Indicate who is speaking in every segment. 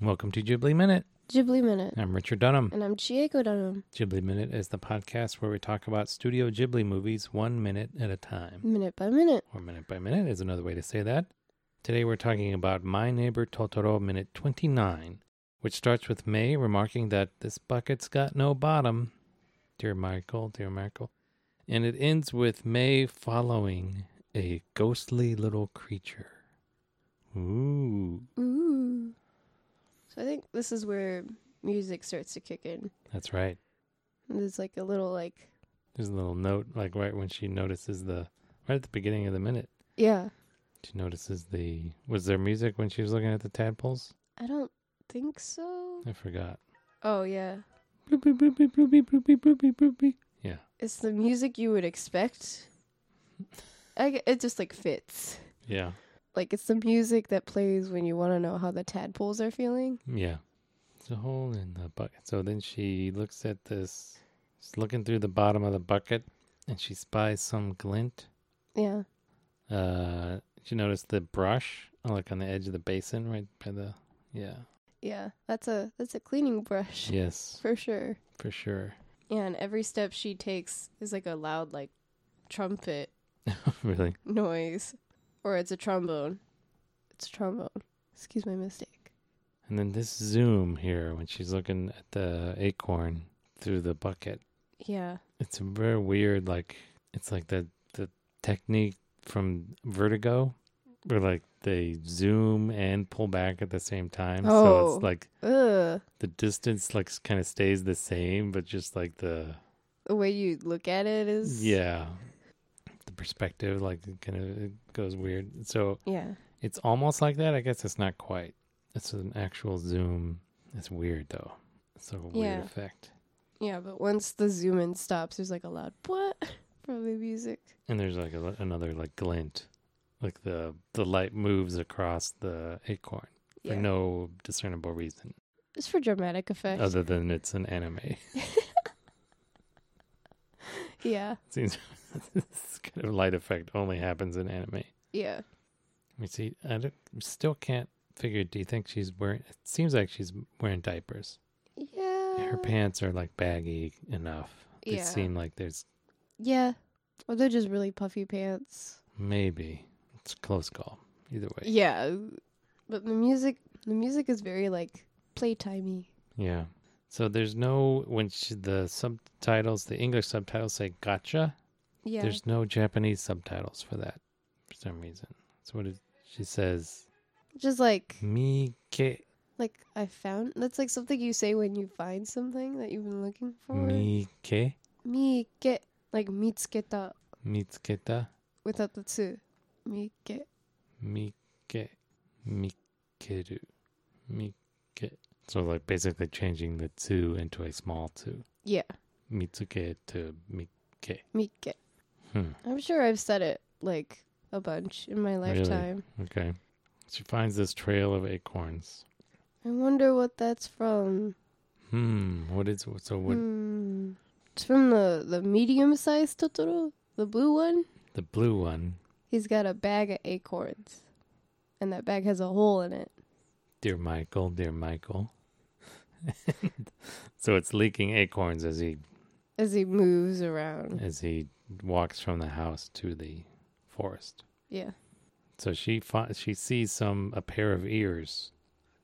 Speaker 1: Welcome to Ghibli Minute.
Speaker 2: Ghibli Minute.
Speaker 1: I'm Richard Dunham.
Speaker 2: And I'm Chieko Dunham.
Speaker 1: Ghibli Minute is the podcast where we talk about Studio Ghibli movies one minute at a time,
Speaker 2: Minute by minute.
Speaker 1: or minute by minute is another way to say that. Today we're talking about My Neighbor Totoro Minute 29, which starts with May remarking that this bucket's got no bottom. Dear Michael, dear Michael. And it ends with May following a ghostly little creature. Ooh,
Speaker 2: Ooh. So I think this is where music starts to kick in.
Speaker 1: that's right.
Speaker 2: And There's like a little like
Speaker 1: There's a little note, like right when she notices the, right at the beginning of the minute,
Speaker 2: yeah.
Speaker 1: she notices the. Was there music when she was looking at the tadpoles?
Speaker 2: I don't think so.
Speaker 1: I forgot.
Speaker 2: Oh yeah.
Speaker 1: Bloopy, bloopy, bloopy, bloopy, bloopy, bloopy.
Speaker 2: It's the music you would expect. I g it just like fits.
Speaker 1: Yeah,
Speaker 2: Like it's the music that plays when you want to know how the tadpoles are feeling.
Speaker 1: yeah. It's a hole in the bucket. So then she looks at this. She's looking through the bottom of the bucket, and she spies some glint.
Speaker 2: Yeah.
Speaker 1: Uh, she noticed the brush, uh, like on the edge of the basin, right by the. Yeah.
Speaker 2: Yeah. That's a that's a cleaning brush
Speaker 1: Yes,
Speaker 2: for sure.
Speaker 1: for sure.
Speaker 2: Yeah, and every step she takes is like a loud like trumpet
Speaker 1: really.
Speaker 2: noise. Or it's a trombone. It's a trombone. Excuse my mistake.
Speaker 1: And then this zoom here when she's looking at the acorn through the bucket.
Speaker 2: Yeah.
Speaker 1: It's a very weird like it's like the the technique from Vertigo where like they zoom and pull back at the same time. So
Speaker 2: Oh.
Speaker 1: it's like
Speaker 2: Ugh.
Speaker 1: the distance like kind of stays the same but just like the
Speaker 2: The way you look at it is
Speaker 1: yeah. The perspective like kind of it goes weird. So
Speaker 2: Yeah.
Speaker 1: it's almost like that. I guess it's not quite. It's an actual zoom. It's weird though. It's like a weird
Speaker 2: Yeah.
Speaker 1: effect.
Speaker 2: Yeah, but once the zoom in stops, there's like a loud what from the music.
Speaker 1: And there's like a, another like glint, like the the light moves across the acorn
Speaker 2: Yeah.
Speaker 1: for no discernible reason
Speaker 2: It's for dramatic effect.
Speaker 1: other than it's an anime.
Speaker 2: yeah.
Speaker 1: Seems this kind of light effect only happens in anime.
Speaker 2: Yeah.
Speaker 1: Let me see. I don't, still can't figure. Do you think she's wearing? It seems like she's wearing diapers.
Speaker 2: Yeah.
Speaker 1: Her pants are like baggy enough. They
Speaker 2: Uh. Yeah.
Speaker 1: seem like there's
Speaker 2: Yeah. Or they're just really puffy pants.
Speaker 1: maybe it's a close call. Either way,
Speaker 2: Yeah. But the music the music is very like playtimey.
Speaker 1: Yeah. So there's no when she, the subtitles, the English subtitles say "gotcha."
Speaker 2: Yeah.
Speaker 1: There's no Japanese subtitles for that for some reason. So what is she says?
Speaker 2: just like
Speaker 1: Me ke
Speaker 2: like I found that's like something you say when you find something that you've been looking for.
Speaker 1: mi ke
Speaker 2: Mi get like mitsuketa
Speaker 1: mitsuketa
Speaker 2: without the tsu. Mi get
Speaker 1: mi ke mikeru mi ke. So like basically changing the two into a small two.
Speaker 2: yeah
Speaker 1: Mitsuke to mi.
Speaker 2: mi get.
Speaker 1: Hmm.
Speaker 2: I'm sure I've said it like a bunch in my
Speaker 1: Really?
Speaker 2: lifetime.
Speaker 1: Okay. She finds this trail of acorns.
Speaker 2: I wonder what that's from.
Speaker 1: Hmm. What is so? What
Speaker 2: Hmm. It's from the the medium sized Totoro, the blue one.
Speaker 1: the blue one?
Speaker 2: He's got a bag of acorns, and that bag has a hole in it.
Speaker 1: Dear Michael, dear Michael. so it's leaking acorns as he
Speaker 2: As he moves around,
Speaker 1: as he walks from the house to the forest.
Speaker 2: yeah,
Speaker 1: So she fi- she sees some a pair of ears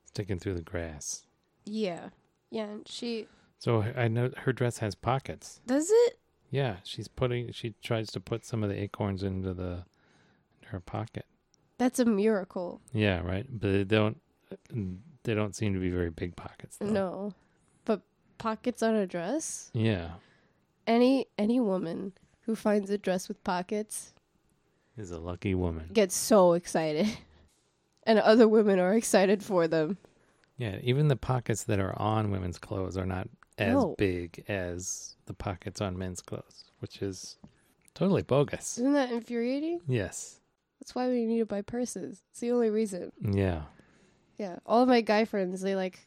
Speaker 1: sticking through the grass.
Speaker 2: yeah, yeah. And she
Speaker 1: So I know her dress has pockets.
Speaker 2: does it.
Speaker 1: Yeah, she's putting she tries to put some of the acorns into the into her pocket.
Speaker 2: That's a miracle.
Speaker 1: Yeah, right. But they don't they don't seem to be very big pockets. Though.
Speaker 2: No. But pockets on a dress?
Speaker 1: Yeah,
Speaker 2: Any any woman who finds a dress with pockets
Speaker 1: is a lucky woman.
Speaker 2: gets so excited. And other women are excited for them.
Speaker 1: Yeah, even the pockets that are on women's clothes are not as
Speaker 2: No.
Speaker 1: big as the pockets on men's clothes, which is totally bogus.
Speaker 2: Isn't that infuriating?
Speaker 1: Yes.
Speaker 2: That's why we need to buy purses. It's the only reason.
Speaker 1: Yeah.
Speaker 2: Yeah. All of my guy friends, they like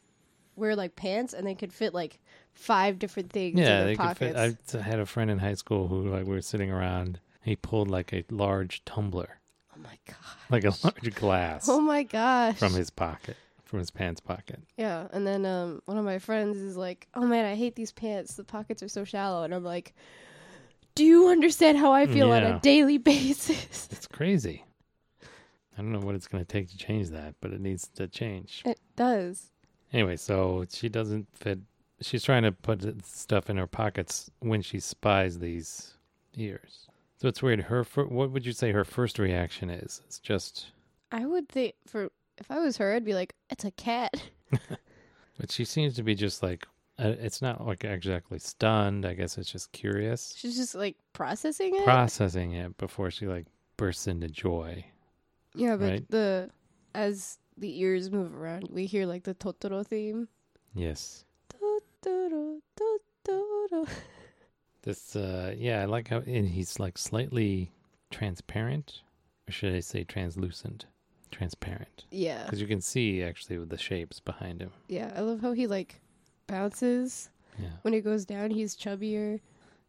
Speaker 2: wear like pants and they could fit like five different things in
Speaker 1: Yeah,
Speaker 2: their
Speaker 1: they could
Speaker 2: pockets.
Speaker 1: fit. I t- had a friend in high school who like we were sitting around. He pulled like a large tumbler,
Speaker 2: Oh my god.
Speaker 1: like a large glass
Speaker 2: Oh my gosh.
Speaker 1: from his pocket, from his pants pocket.
Speaker 2: Yeah, and then um, one of my friends is like, "Oh man, I hate these pants. The pockets are so shallow." And I'm like, "Do you understand how I feel on
Speaker 1: Yeah.
Speaker 2: a daily basis?"
Speaker 1: It's crazy. I don't know what it's going to take to change that, but it needs to change.
Speaker 2: it does.
Speaker 1: Anyway, so she doesn't fit. She's trying to put th- stuff in her pockets when she spies these ears. So it's weird. Her, fir- what would you say her first reaction is? It's just,
Speaker 2: I would think for if I was her, I'd be like, "It's a cat."
Speaker 1: but she seems to be just like, uh, it's not like exactly stunned. I guess it's just curious,
Speaker 2: She's just like processing it.
Speaker 1: processing it before she like bursts into joy.
Speaker 2: yeah, but
Speaker 1: right.
Speaker 2: the as the ears move around, we hear like the Totoro theme.
Speaker 1: Yes.
Speaker 2: Totoro, Totoro.
Speaker 1: This, uh, yeah, I like how and he's like slightly transparent, or should I say translucent? Transparent.
Speaker 2: Yeah,
Speaker 1: Because you can see actually with the shapes behind him.
Speaker 2: yeah. I love how he like bounces
Speaker 1: Yeah.
Speaker 2: when he goes down. He's chubbier.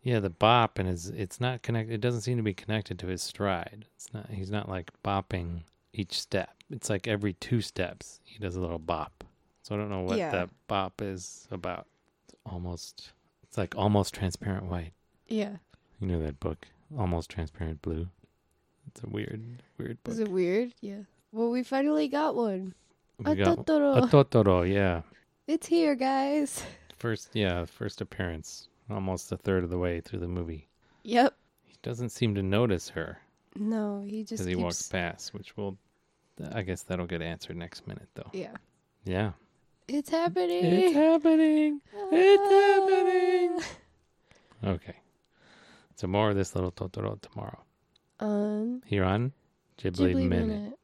Speaker 1: Yeah, the bop and his, it's not connected, it doesn't seem to be connected to his stride. It's not, he's not like bopping each step. It's like every two steps, he does a little bop. So I don't know what
Speaker 2: Yeah.
Speaker 1: that bop is about. It's almost, it's like almost transparent white.
Speaker 2: Yeah.
Speaker 1: You know that book, Almost Transparent Blue. It's a weird, weird book.
Speaker 2: Is it weird? Yeah. Well, we finally got one.
Speaker 1: We
Speaker 2: a
Speaker 1: got
Speaker 2: Totoro.
Speaker 1: a Totoro, yeah.
Speaker 2: it's here, guys.
Speaker 1: First, yeah, first appearance, almost a third of the way through the movie.
Speaker 2: Yep.
Speaker 1: He doesn't seem to notice her
Speaker 2: No, he just
Speaker 1: as he
Speaker 2: keeps...
Speaker 1: walks past, which will, I guess that'll get answered next minute, though.
Speaker 2: Yeah.
Speaker 1: Yeah.
Speaker 2: It's happening.
Speaker 1: It's happening. It's happening. Okay. So more of this little Totoro tomorrow
Speaker 2: On
Speaker 1: here on Ghibli,
Speaker 2: Ghibli
Speaker 1: Minute.
Speaker 2: Um, Minute.